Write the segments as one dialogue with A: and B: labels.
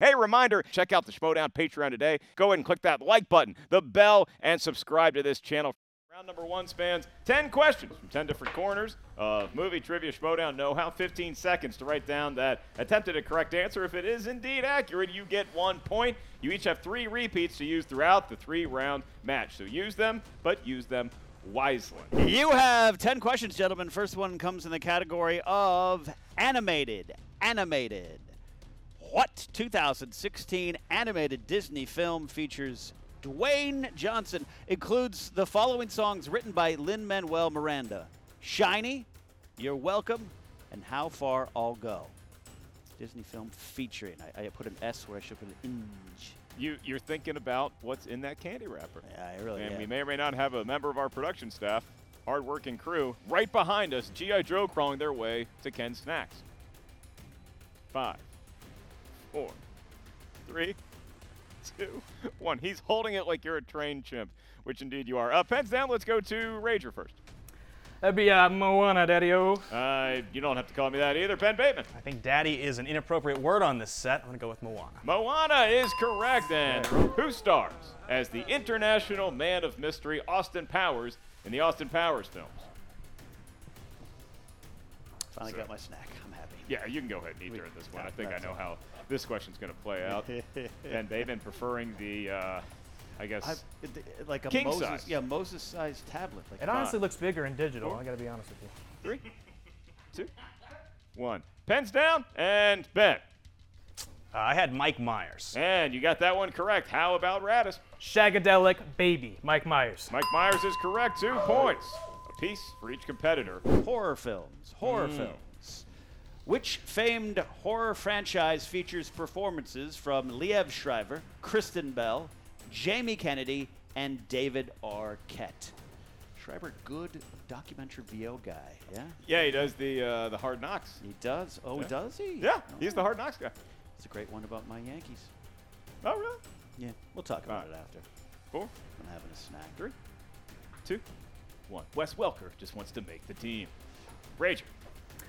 A: Hey, reminder check out the Schmodown Patreon today. Go ahead and click that like button, the bell, and subscribe to this channel. Round number one spans 10 questions from 10 different corners of movie trivia showdown know how. 15 seconds to write down that attempted a correct answer. If it is indeed accurate, you get one point. You each have three repeats to use throughout the three round match. So use them, but use them wisely.
B: You have 10 questions, gentlemen. First one comes in the category of animated. Animated. What 2016 animated Disney film features Dwayne Johnson? Includes the following songs written by Lin Manuel Miranda Shiny, You're Welcome, and How Far I'll Go. Disney film featuring. I, I put an S where I should put an inge.
A: You, you're thinking about what's in that candy wrapper.
B: Yeah, I really
A: and
B: am.
A: we may or may not have a member of our production staff, hardworking crew, right behind us, G.I. Joe crawling their way to Ken's snacks. Five, four, three, two, one. He's holding it like you're a trained chimp, which indeed you are. Uh, pens down, let's go to Rager first.
C: That'd be uh, Moana, Daddy O.
A: Uh, you don't have to call me that either. Penn Bateman.
D: I think daddy is an inappropriate word on this set. I'm going to go with Moana.
A: Moana is correct, and who stars as the international man of mystery, Austin Powers, in the Austin Powers films?
B: Finally got my snack. I'm happy.
A: Yeah, you can go ahead and eat during this one. I think I
B: that's
A: know how this question's going to play out. and they've been preferring the, uh, I guess,
B: I, it- it- like a
A: King
B: Moses,
A: size.
B: yeah, Moses-sized tablet. Like
C: It honestly looks bigger in digital. I gotta be honest with you.
A: three, two, one. Pens down and bet.
D: Uh, I had Mike Myers.
A: And you got that one correct. How about Radis?
C: Shagadelic Baby, Mike Myers.
A: Mike Myers is correct. Two points apiece for each competitor.
B: horror films. Horror
A: Mm.
B: films. Which famed horror franchise features performances from Liev Shriver, Kristen Bell, Jamie Kennedy, and David Arquette? Shriver, good documentary VO guy. Yeah,
A: Yeah, he does the uh, the hard knocks.
B: he does. Oh, does he?
A: Yeah,
B: Oh,
A: he's the hard knocks guy.
B: It's a great one about my Yankees.
A: Oh, really?
B: Yeah, we'll talk about
A: Alright.
B: it after.
A: Four,
B: I'm having a snack.
A: three, two, one. Wes Welker just wants to make the team. Rager.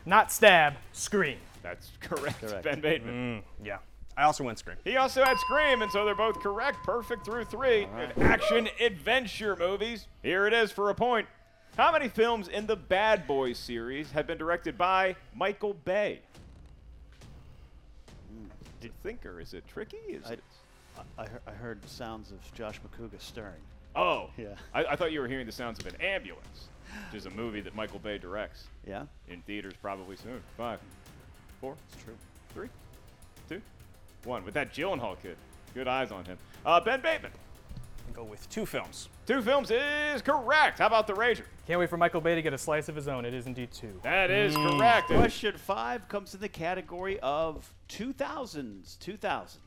C: Not stab, scream.
A: That's correct.
B: Correct.
A: Ben Bateman.
D: Yeah. I also went Scream.
A: He also had Scream, and so they're both correct. Perfect through three. And Action adventure movies. Here it is for a point. How many films in the Bad Boys series have been directed by Michael Bay? Did thinker? Is it tricky? Is
B: Hmm. I-
A: it?
B: I, I, heard, I heard sounds of Josh McCouga stirring.
A: Oh,
B: Yeah.
A: I, I thought you were hearing the sounds of an ambulance, which is a movie that Michael Bay directs
B: Yeah,
A: in theaters probably soon. Five, four,
B: it's true.
A: three, two, one. With that Gyllenhaal kid, good eyes on him. Uh, ben Bateman.
D: I go with two films.
A: Two films is correct. How about The Rager?
C: Can't wait for Michael Bay to get a slice of his own. It is indeed two.
A: That is correct. And
B: Question five comes in the category of 2000s. 2000s.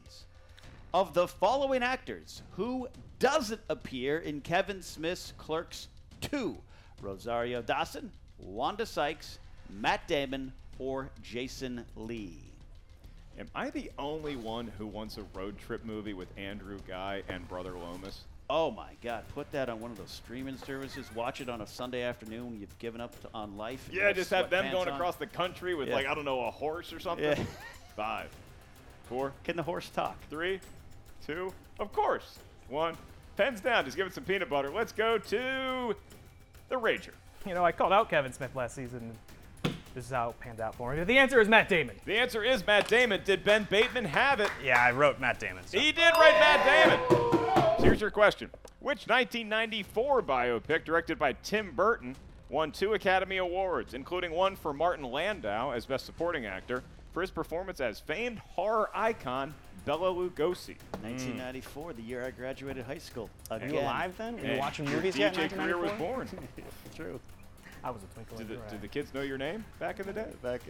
B: Of the following actors, who doesn't appear in Kevin Smith's Clerks 2? Rosario Dawson, Wanda Sykes, Matt Damon, or Jason Lee?
A: Am I the only one who wants a road trip movie with Andrew Guy and Brother Lomas?
B: Oh my God! Put that on one of those streaming services. Watch it on a Sunday afternoon. when You've given up to, on life. and
A: Yeah,
B: you
A: just have them
B: sweatpants
A: going
B: on.
A: across the country with
B: Yeah.
A: like I don't know a horse or something.
B: Yeah.
A: Five, four,
B: Can the horse talk?
A: three, two. Of course, one. Pens down. Just give it some peanut butter. Let's go to The Rager.
C: You know, I called out Kevin Smith last season. This is how it panned out for me. The answer is Matt Damon.
A: The answer is Matt Damon. Did Ben Bateman have it?
D: Yeah, I wrote Matt Damon. so-
A: He did write Matt Damon. So here's your question. Which 1994 biopic directed by Tim Burton won two Academy Awards, including one for Martin Landau as Best Supporting Actor for his performance as famed horror icon Bela Lugosi?
B: 1994, the year I graduated high school.
D: Were
B: Again.
D: you alive then? Were you
A: And
D: watching
A: your
D: movies
A: DJ
D: yet? in
A: career was
D: 1994?
A: born.
B: True.
C: I was a twinkle in
A: Did the,
C: your eye.
A: did the kids know your name back in the day?
B: Back,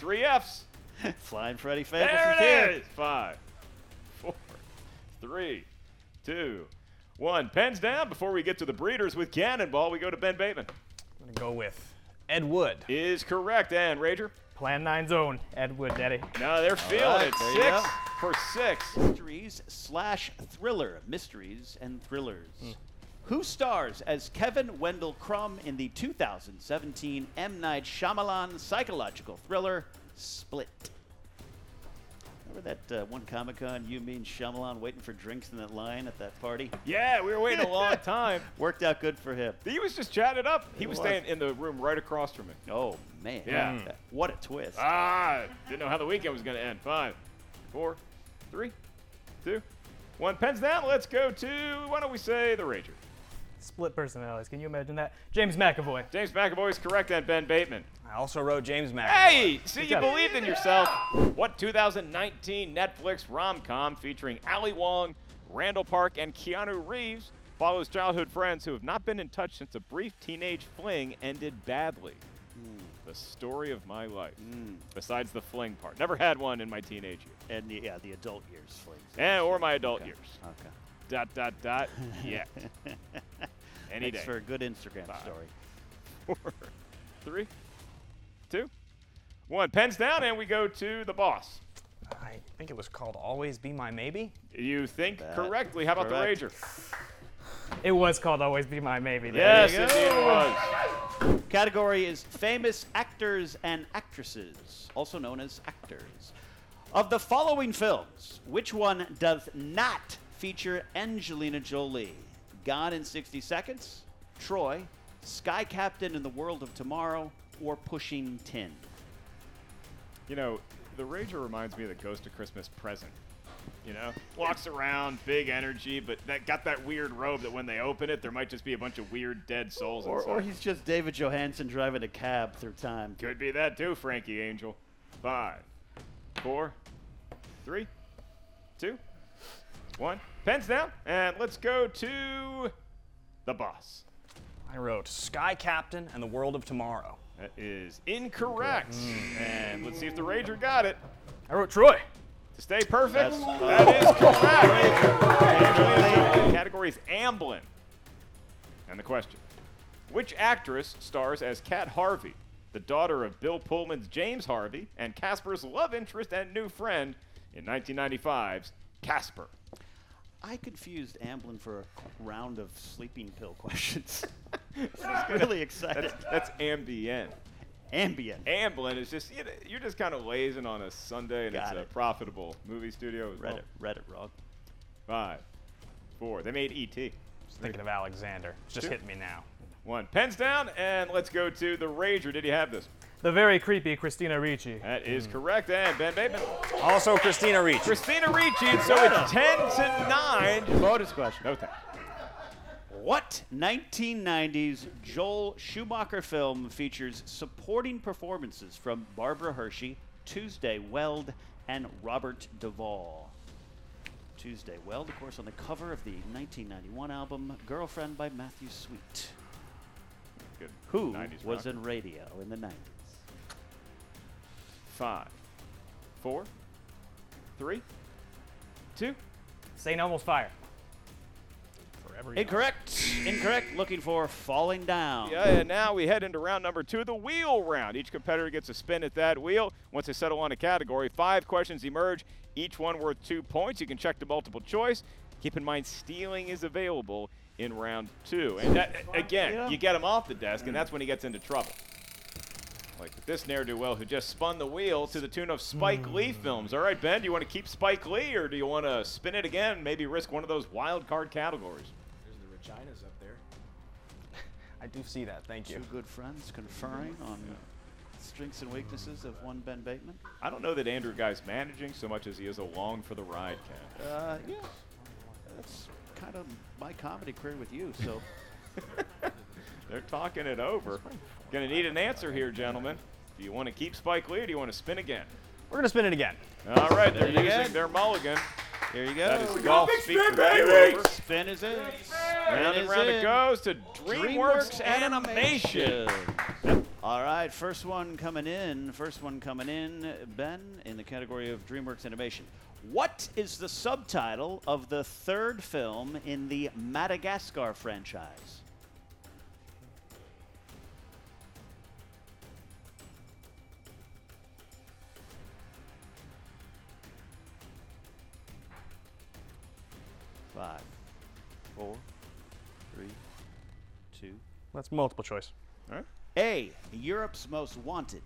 A: Three Fs.
B: Flying Freddy Fable's
A: There
B: here.
A: it is. Five, four, three, two, one. Pens down. Before we get to the breeders with Cannonball, we go to Ben Bateman.
D: I'm going to go with Ed Wood.
A: Is correct. And Rager?
C: Plan 9's own, Ed Wood, Daddy.
A: No, they're feeling
B: right,
A: it.
B: there you
A: Six
B: go.
A: for six.
B: Mysteries slash thriller. Mysteries and thrillers. Who stars as Kevin Wendell Crumb in the 2017 M. Night Shyamalan psychological thriller Split? Remember that uh, one Comic Con, you mean Shyamalan waiting for drinks in that line at that party?
A: Yeah, we were waiting a long time.
B: Worked out good for him.
A: He was just chatted up. He
B: He
A: was
B: was.
A: staying in the room right across from me.
B: Oh, man.
A: Yeah.
B: That- What a twist.
A: Ah, didn't know how the weekend was going to end. Five, four, three, two, one. Pens down. Let's go to, why don't we say the Ranger?
C: Split personalities. Can you imagine that? James McAvoy.
A: James McAvoy is correct and Ben Bateman.
D: I also wrote James Mack.
A: Hey, see, you
C: job.
A: believed in yourself. What 2019 Netflix rom com featuring Ali Wong, Randall Park, and Keanu Reeves follows childhood friends who have not been in touch since a brief teenage fling ended badly?
D: Hmm.
A: The story of my life. Besides the fling part. Never had one in my teenage years.
B: And the, yeah, the adult years flings.
A: And, or my adult years.
B: Okay.
A: Dot, dot, dot. Yet. Any
B: Thanks
A: day.
B: for a good Instagram story.
A: four, three, two, one. Pens down, and we go to the boss.
D: I think it was called Always Be My Maybe.
A: You think
B: That
A: correctly. How about
B: correct.
A: the Ranger?
C: It was called Always Be My Maybe. though.
A: Yes,
B: you go.
A: indeed it was.
B: Category is famous actors and actresses, also known as actors. Of the following films, which one does not feature Angelina Jolie? Gone in 60 Seconds, Troy, Sky Captain in the World of Tomorrow, or Pushing 10?
A: You know, the Ranger reminds me of the Ghost of Christmas Present. You know, walks around, big energy, but that got that weird robe that when they open it, there might just be a bunch of weird dead souls
B: Or,
A: inside.
B: or he's just David Johansen driving a cab through time.
A: Could be that too, Frankie Angel. Five, four, three, two, one. Pens down, and let's go to the boss.
D: I wrote Sky Captain and the World of Tomorrow.
A: That is incorrect.
B: Hmm.
A: And let's see if the Ranger got it.
C: I wrote Troy.
A: To stay perfect, that is correct. The category is Amblin. And the question Which actress stars as Kat Harvey, the daughter of Bill Pullman's James Harvey and Casper's love interest and new friend in 1995's Casper?
B: I confused Amblin for a round of sleeping pill questions. I was really excited.
A: That's, that's Ambien.
B: Ambien.
A: Amblin is just, you know, you're just kind of lazing on a Sunday and
B: Got
A: it's a
B: it.
A: profitable movie studio as
B: Read
A: well.
B: it, read it wrong.
A: Five, four. They made E E.T.
D: Just thinking of Alexander. It's just hitting me now.
A: One. Pens down, and let's go to the Rager. Did he have this?
C: The very creepy Christina Ricci.
A: That is correct. And Ben Bateman.
D: Hmm. Also Christina Ricci.
A: Christina Ricci. And so it's 10 to 9.
B: Bonus question.
A: No time.
B: What 1990s Joel Schumacher film features supporting performances from Barbara Hershey, Tuesday Weld, and Robert Duvall? Tuesday Weld, of course, on the cover of the 1991 album Girlfriend by Matthew Sweet,
A: Good.
B: who
A: 90s
B: was
A: rock.
B: in radio in the 90s.
A: Five, four, three, two.
C: St. Elmo's Fire.
D: Forever young.
B: Incorrect. Incorrect. Looking for Falling Down.
A: Yeah, and now we head into round number two, the wheel round. Each competitor gets a spin at that wheel. Once they settle on a category, five questions emerge, each one worth two points. You can check the multiple choice. Keep in mind, stealing is available in round two. And that, again,
B: Yeah.
A: you get him off the desk, and that's when he gets into trouble. Like this ne'er do well who just spun the wheel to the tune of Spike Lee films. All right, Ben, do you want to keep Spike Lee, or do you want to spin it again? and Maybe risk one of those wild card categories.
E: There's the Reginas up there.
D: I do see that. Thank you.
B: Two good friends conferring on strengths and weaknesses of one Ben Bateman.
A: I don't know that Andrew Guy's managing so much as he is along for the ride, Ken.
B: Uh, yeah, that's kind of my comedy career with you. So
A: They're talking it over. Gonna need an answer here, gentlemen. Do you want to keep Spike Lee or do you want to spin again?
D: We're gonna spin it again.
A: All right, they're
B: Spin again.
A: using their mulligan.
B: there you
A: That is the golf speak for game over.
B: Spin is in.
A: Round and
B: is
A: round it
B: in.
A: goes to DreamWorks Animation.
B: All right, first one coming in. First one coming in, Ben, in the category of DreamWorks Animation. What is the subtitle of the third film in the Madagascar franchise? Five, four, three, two.
D: That's multiple choice.
A: All right.
B: A. Europe's Most Wanted.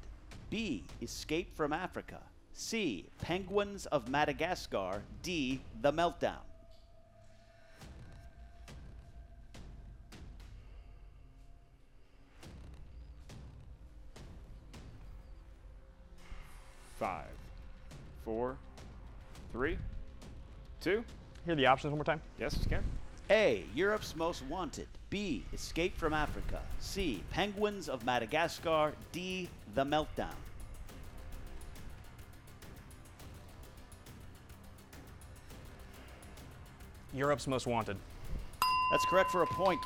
B: B. Escape from Africa. C. Penguins of Madagascar. D. The Meltdown.
A: Five, four, three, two.
D: Hear the options one more time.
A: Yes, you can.
B: A. Europe's Most Wanted. B. Escape from Africa. C. Penguins of Madagascar. D. The Meltdown.
D: Europe's Most Wanted.
B: That's correct for a point.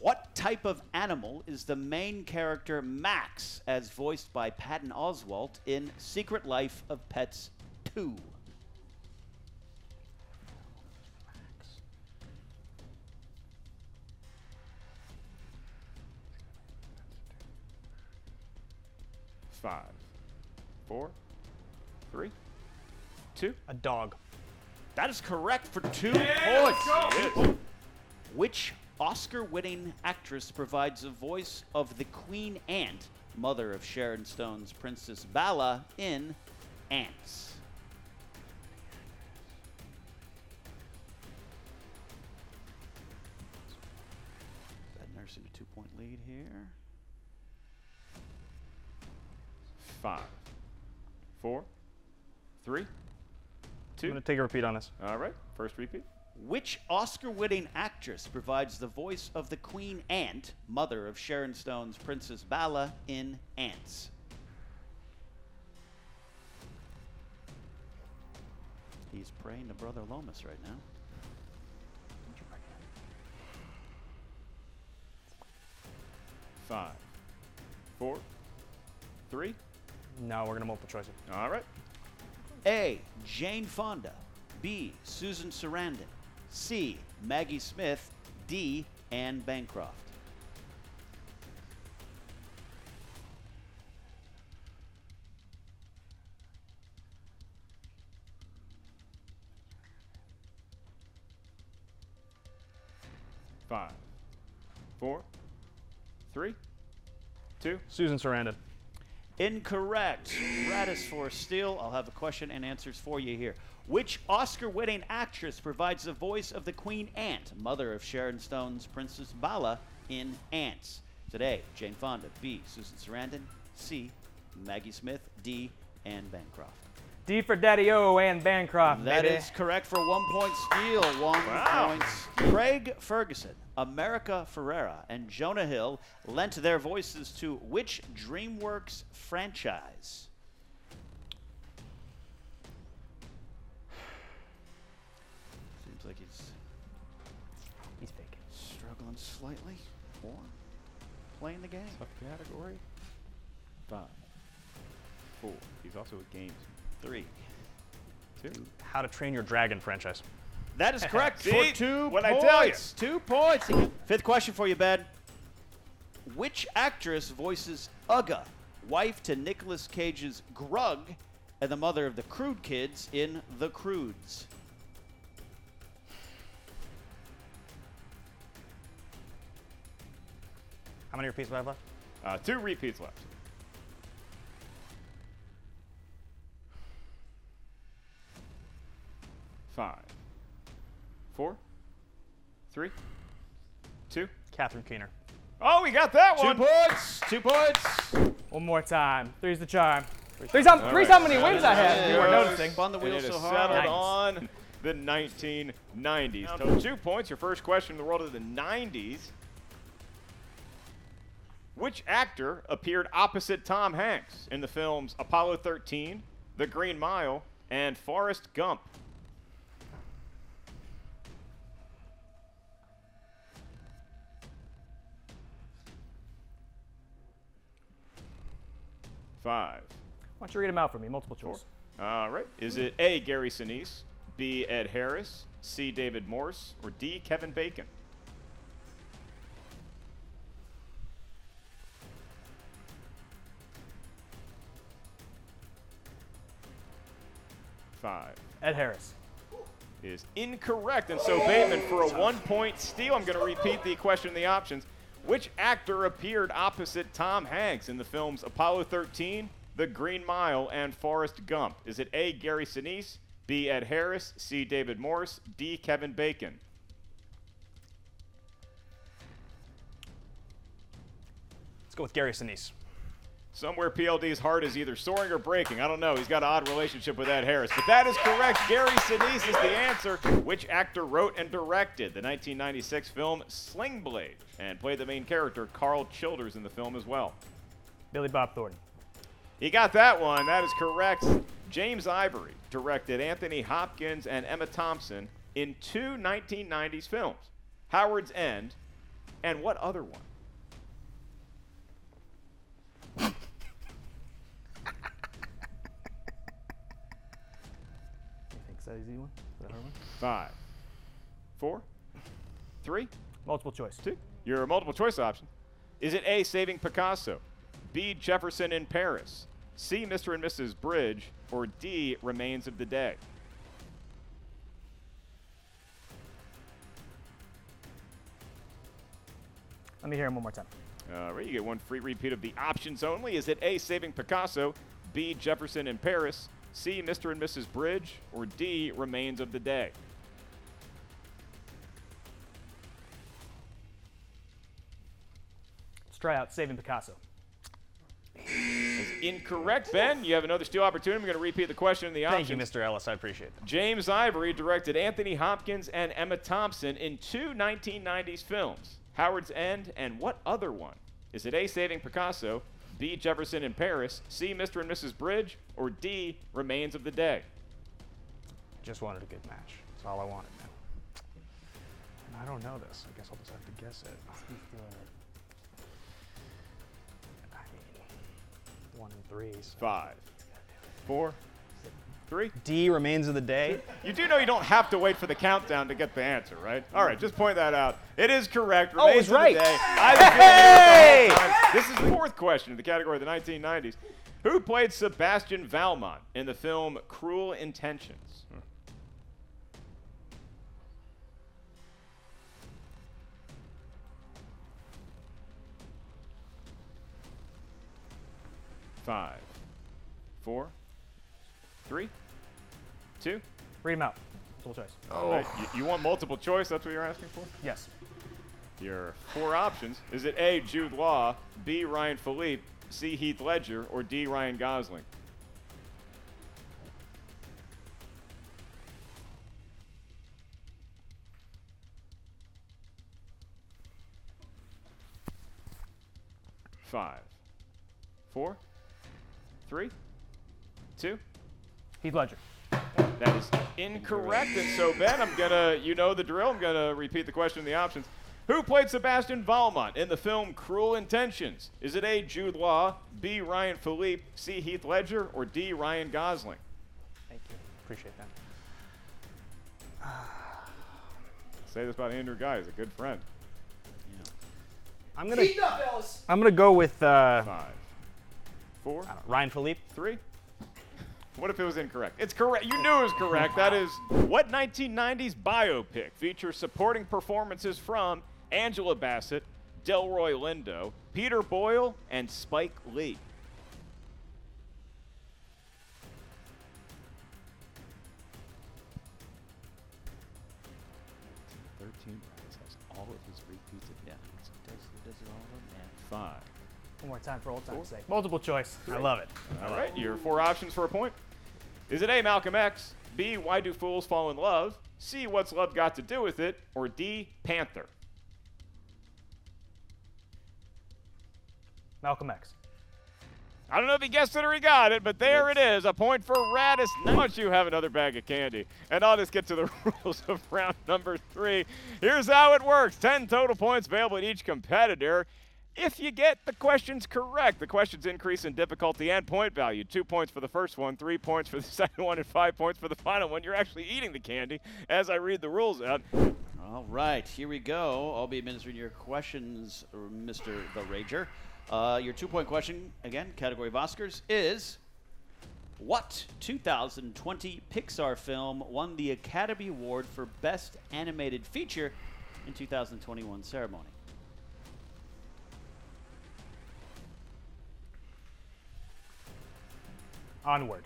B: What type of animal is the main character Max, as voiced by Patton Oswalt in Secret Life of Pets 2?
A: Five, four, three, two.
D: A dog.
B: That is correct for two points. Which Oscar winning actress provides a voice of the Queen Ant, mother of Sharon Stone's Princess Bala, in Ants? Bad nursing a two point lead here.
A: Five, four, three,
D: I'm
A: two.
D: gonna take a repeat on this.
A: All right, first repeat.
B: Which Oscar winning actress provides the voice of the Queen Ant, mother of Sharon Stone's Princess Bala, in Ants? He's praying to Brother Lomas right now.
A: Five, four, three.
D: No, we're gonna multiple choice it.
A: All right.
B: A. Jane Fonda. B. Susan Sarandon. C. Maggie Smith. D. Anne Bancroft.
A: Five, four, three, two.
D: Susan Sarandon.
B: Incorrect. Radis for Steele. I'll have a question and answers for you here. Which Oscar winning actress provides the voice of the Queen Ant, mother of Sharon Stone's Princess Bala in Ants? Today, Jane Fonda. B. Susan Sarandon. C. Maggie Smith. D. Anne Bancroft.
C: D for Daddy O and Bancroft.
B: That
C: baby.
B: is correct for one point steal. One
A: Wow.
B: point. steal. Craig Ferguson, America Ferrera, and Jonah Hill lent their voices to which DreamWorks franchise? Seems like he's
C: He's faking.
B: struggling slightly or playing the game.
A: Category. Five, four. He's also a games.
B: Three.
A: Two.
D: How to Train Your Dragon franchise.
B: That is correct
A: See?
B: for two
A: What'd I
B: points.
A: tell you?
B: Two points. Fifth question for you, Ben. Which actress voices Uga, wife to Nicolas Cage's Grug, and the mother of the Crude kids in The Crudes?
D: How many repeats do I have left?
A: Uh, two repeats left. Five, four, three, two.
D: Catherine Keener.
A: Oh, we got that
B: Two
A: one.
B: points. Two points.
C: One more time. Three's the charm. Three's how, three's how many wins I have. You were
A: Yes.
C: noticing.
B: Spun the
A: And
B: wheel
A: it is
B: so
A: settled
B: hard.
A: on the 1990s. Total two points. Your first question in the world of the 90s. Which actor appeared opposite Tom Hanks in the films Apollo 13, The Green Mile, and Forrest Gump? Five.
C: Why don't you read them out for me? Multiple choice.
A: All right. Is it A, Gary Sinise, B, Ed Harris, C, David Morse, or D, Kevin Bacon? Five
C: Ed Harris.
A: is incorrect. And so Bateman for a one point steal. I'm going to repeat the question and the options. Which actor appeared opposite Tom Hanks in the films Apollo 13, The Green Mile, and Forrest Gump? Is it A. Gary Sinise, B. Ed Harris, C. David Morris, D. Kevin Bacon?
D: Let's go with Gary Sinise.
A: Somewhere PLD's heart is either soaring or breaking. I don't know. He's got an odd relationship with Ed Harris. But that is correct. Gary Sinise is the answer. Which actor wrote and directed the 1996 film Sling Blade and played the main character Carl Childers in the film as well?
C: Billy Bob Thornton.
A: He got that one. That is correct. James Ivory directed Anthony Hopkins and Emma Thompson in two 1990s films Howard's End and what other one?
C: I think is that easy one. Is that a hard one?
A: Five, four, three,
C: Multiple choice.
A: two. Your multiple choice option. Is it A, Saving Picasso, B, Jefferson in Paris, C, Mr. and Mrs. Bridge, or D, Remains of the Day?
C: Let me hear him one more time.
A: Uh, you get one free repeat of the options only. Is it A, Saving Picasso, B, Jefferson in Paris, C, Mr. and Mrs. Bridge, or D, Remains of the Day?
C: Let's try out Saving Picasso.
A: Incorrect, Ben. You have another steal opportunity. I'm going to repeat the question and the options.
D: Thank you, Mr. Ellis. I appreciate that.
A: James Ivory directed Anthony Hopkins and Emma Thompson in two 1990s films Howard's End and what other one? Is it A, Saving Picasso, B, Jefferson in Paris, C, Mr. and Mrs. Bridge, or D, Remains of the Day?
D: Just wanted a good match. That's all I wanted. And I don't know this. I guess I'll just have to guess it. I mean, one and three. so-
A: Five, four, three.
D: D remains of the day.
A: You do know you don't have to wait for the countdown to get the answer, right? All right, just point that out. It is correct.
D: Oh, it
A: Remains
D: was right.
A: Of the day. I was doing it the whole time. This is the fourth question in the category of the 1990s. Who played Sebastian Valmont in the film Cruel Intentions? Five, four, three, two.
C: Read him out. Multiple choice.
A: Right, You, you want multiple choice? That's what you're asking for?
C: Yes.
A: Your four options. Is it A, Jude Law, B, Ryan Philippe, C, Heath Ledger, or D, Ryan Gosling? Five, four, three, two,
C: Heath Ledger.
A: that is incorrect. And so, Ben, I'm going to, you know the drill. I'm going to repeat the question and the options. Who played Sebastian Valmont in the film Cruel Intentions? Is it A, Jude Law, B, Ryan Philippe, C, Heath Ledger, or D, Ryan Gosling?
D: Thank you. Appreciate that.
A: Say this about Andrew Guy. He's a good friend.
D: I'm gonna. I'm gonna go with uh,
A: Five, four,
D: Ryan Philippe.
A: three. What if it was incorrect? It's correct. You knew it was correct. That is what 1990s biopic features supporting performances from Angela Bassett, Delroy Lindo, Peter Boyle, and Spike Lee. Thirteen rounds has all of his repeated
B: Yeah. Does, does it all work?
A: five.
C: One more time for old time's sake. Multiple choice.
D: I love it.
A: All right, your four options for a point. Is it A, Malcolm X, B, Why Do Fools Fall in Love, C, What's Love Got to Do with It, or D, Panther?
C: Malcolm X.
A: I don't know if he guessed it or he got it, but there it is. A point for Radis. Now don't you have another bag of candy. And I'll just get to the rules of round number three. Here's how it works 10 total points available to each competitor. If you get the questions correct, the questions increase in difficulty and point value. Two points for the first one, three points for the second one, and five points for the final one. You're actually eating the candy as I read the rules out.
B: now? All right, here we go. I'll be administering your questions, Mr. The Rager. Uh, your two point question, again, category of Oscars, is what 2020 Pixar film won the Academy Award for Best Animated Feature in 2021 ceremony?
C: Onward.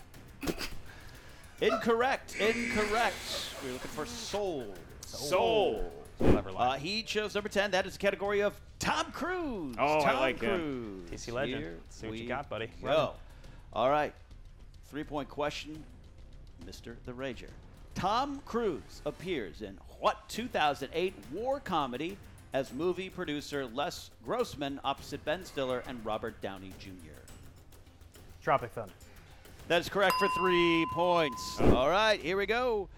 B: Incorrect. Incorrect. We're looking for soul.
A: Soul.
D: Clever
B: Uh,
D: line.
B: he chose number 10. That is the category of Tom Cruise.
A: Oh, I
B: Tom
A: like him.
B: Cruise.
D: TC legend.
B: Here
D: Let's see what you
B: we
D: got, buddy.
B: Go. All right. Three point question, Mr. The Rager. Tom Cruise appears in what 2008 war comedy as movie producer Les Grossman opposite Ben Stiller and Robert Downey Jr.?
C: Tropic Thunder.
B: That is correct for three points. All right, here we go.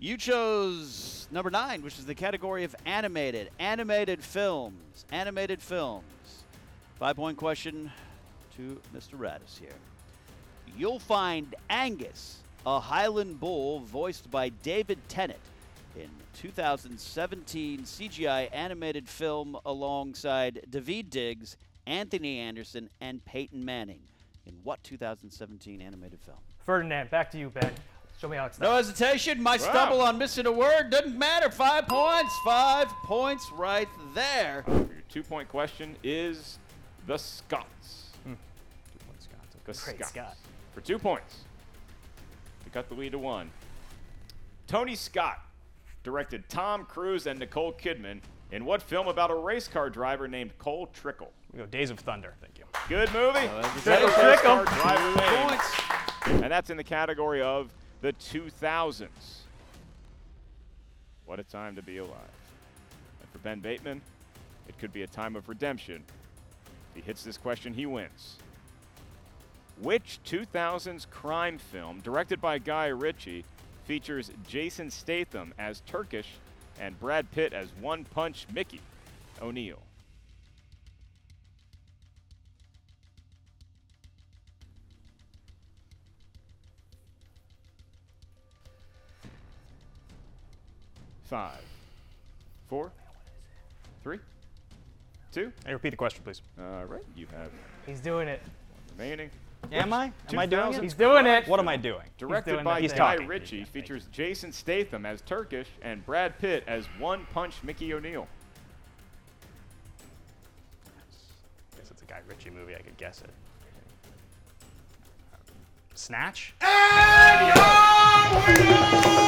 B: You chose number nine, which is the category of animated. Animated films. Animated films. Five point question to Mr. Radis here. You'll find Angus, a Highland bull voiced by David Tennant, in 2017 CGI animated film alongside David Diggs, Anthony Anderson, and Peyton Manning. In what 2017 animated film?
C: Ferdinand, back to you, Ben. Show me how it's done.
B: No hesitation. My stumble on missing a word doesn't matter. Five points. Five points right there.
A: Your two point question is the Scots.
D: Two points, Scott. It's okay.
A: The
C: Great
A: Scots.
C: Scott.
A: For two points. To cut the lead to one. Tony Scott directed Tom Cruise and Nicole Kidman in what film about a race car driver named Cole Trickle?
D: We go Days of Thunder. Thank you.
A: Good movie.
B: Trickle,
A: Race car
B: trickle.
A: driver named.
B: Points.
A: And that's in the category of the 2000s. What a time to be alive. And for Ben Bateman, it could be a time of redemption. If he hits this question, he wins. Which 2000s crime film, directed by Guy Ritchie, features Jason Statham as Turkish and Brad Pitt as One Punch Mickey O'Neill? Five, four, three, two.
D: Hey, repeat the question, please.
A: All right, you have
C: He's doing it.
A: remaining.
D: Am I? Am I doing
A: 2000s?
D: it?
C: He's doing it.
D: What am I doing?
A: Directed
C: doing
A: by
C: that He's thing.
A: Guy
D: talking.
A: Ritchie,
D: Yeah, thank
A: features Jason Statham as Turkish and Brad Pitt as One Punch Mickey O'Neill.
D: guess it's a Guy Ritchie movie. I could guess it. Snatch.
A: Yes.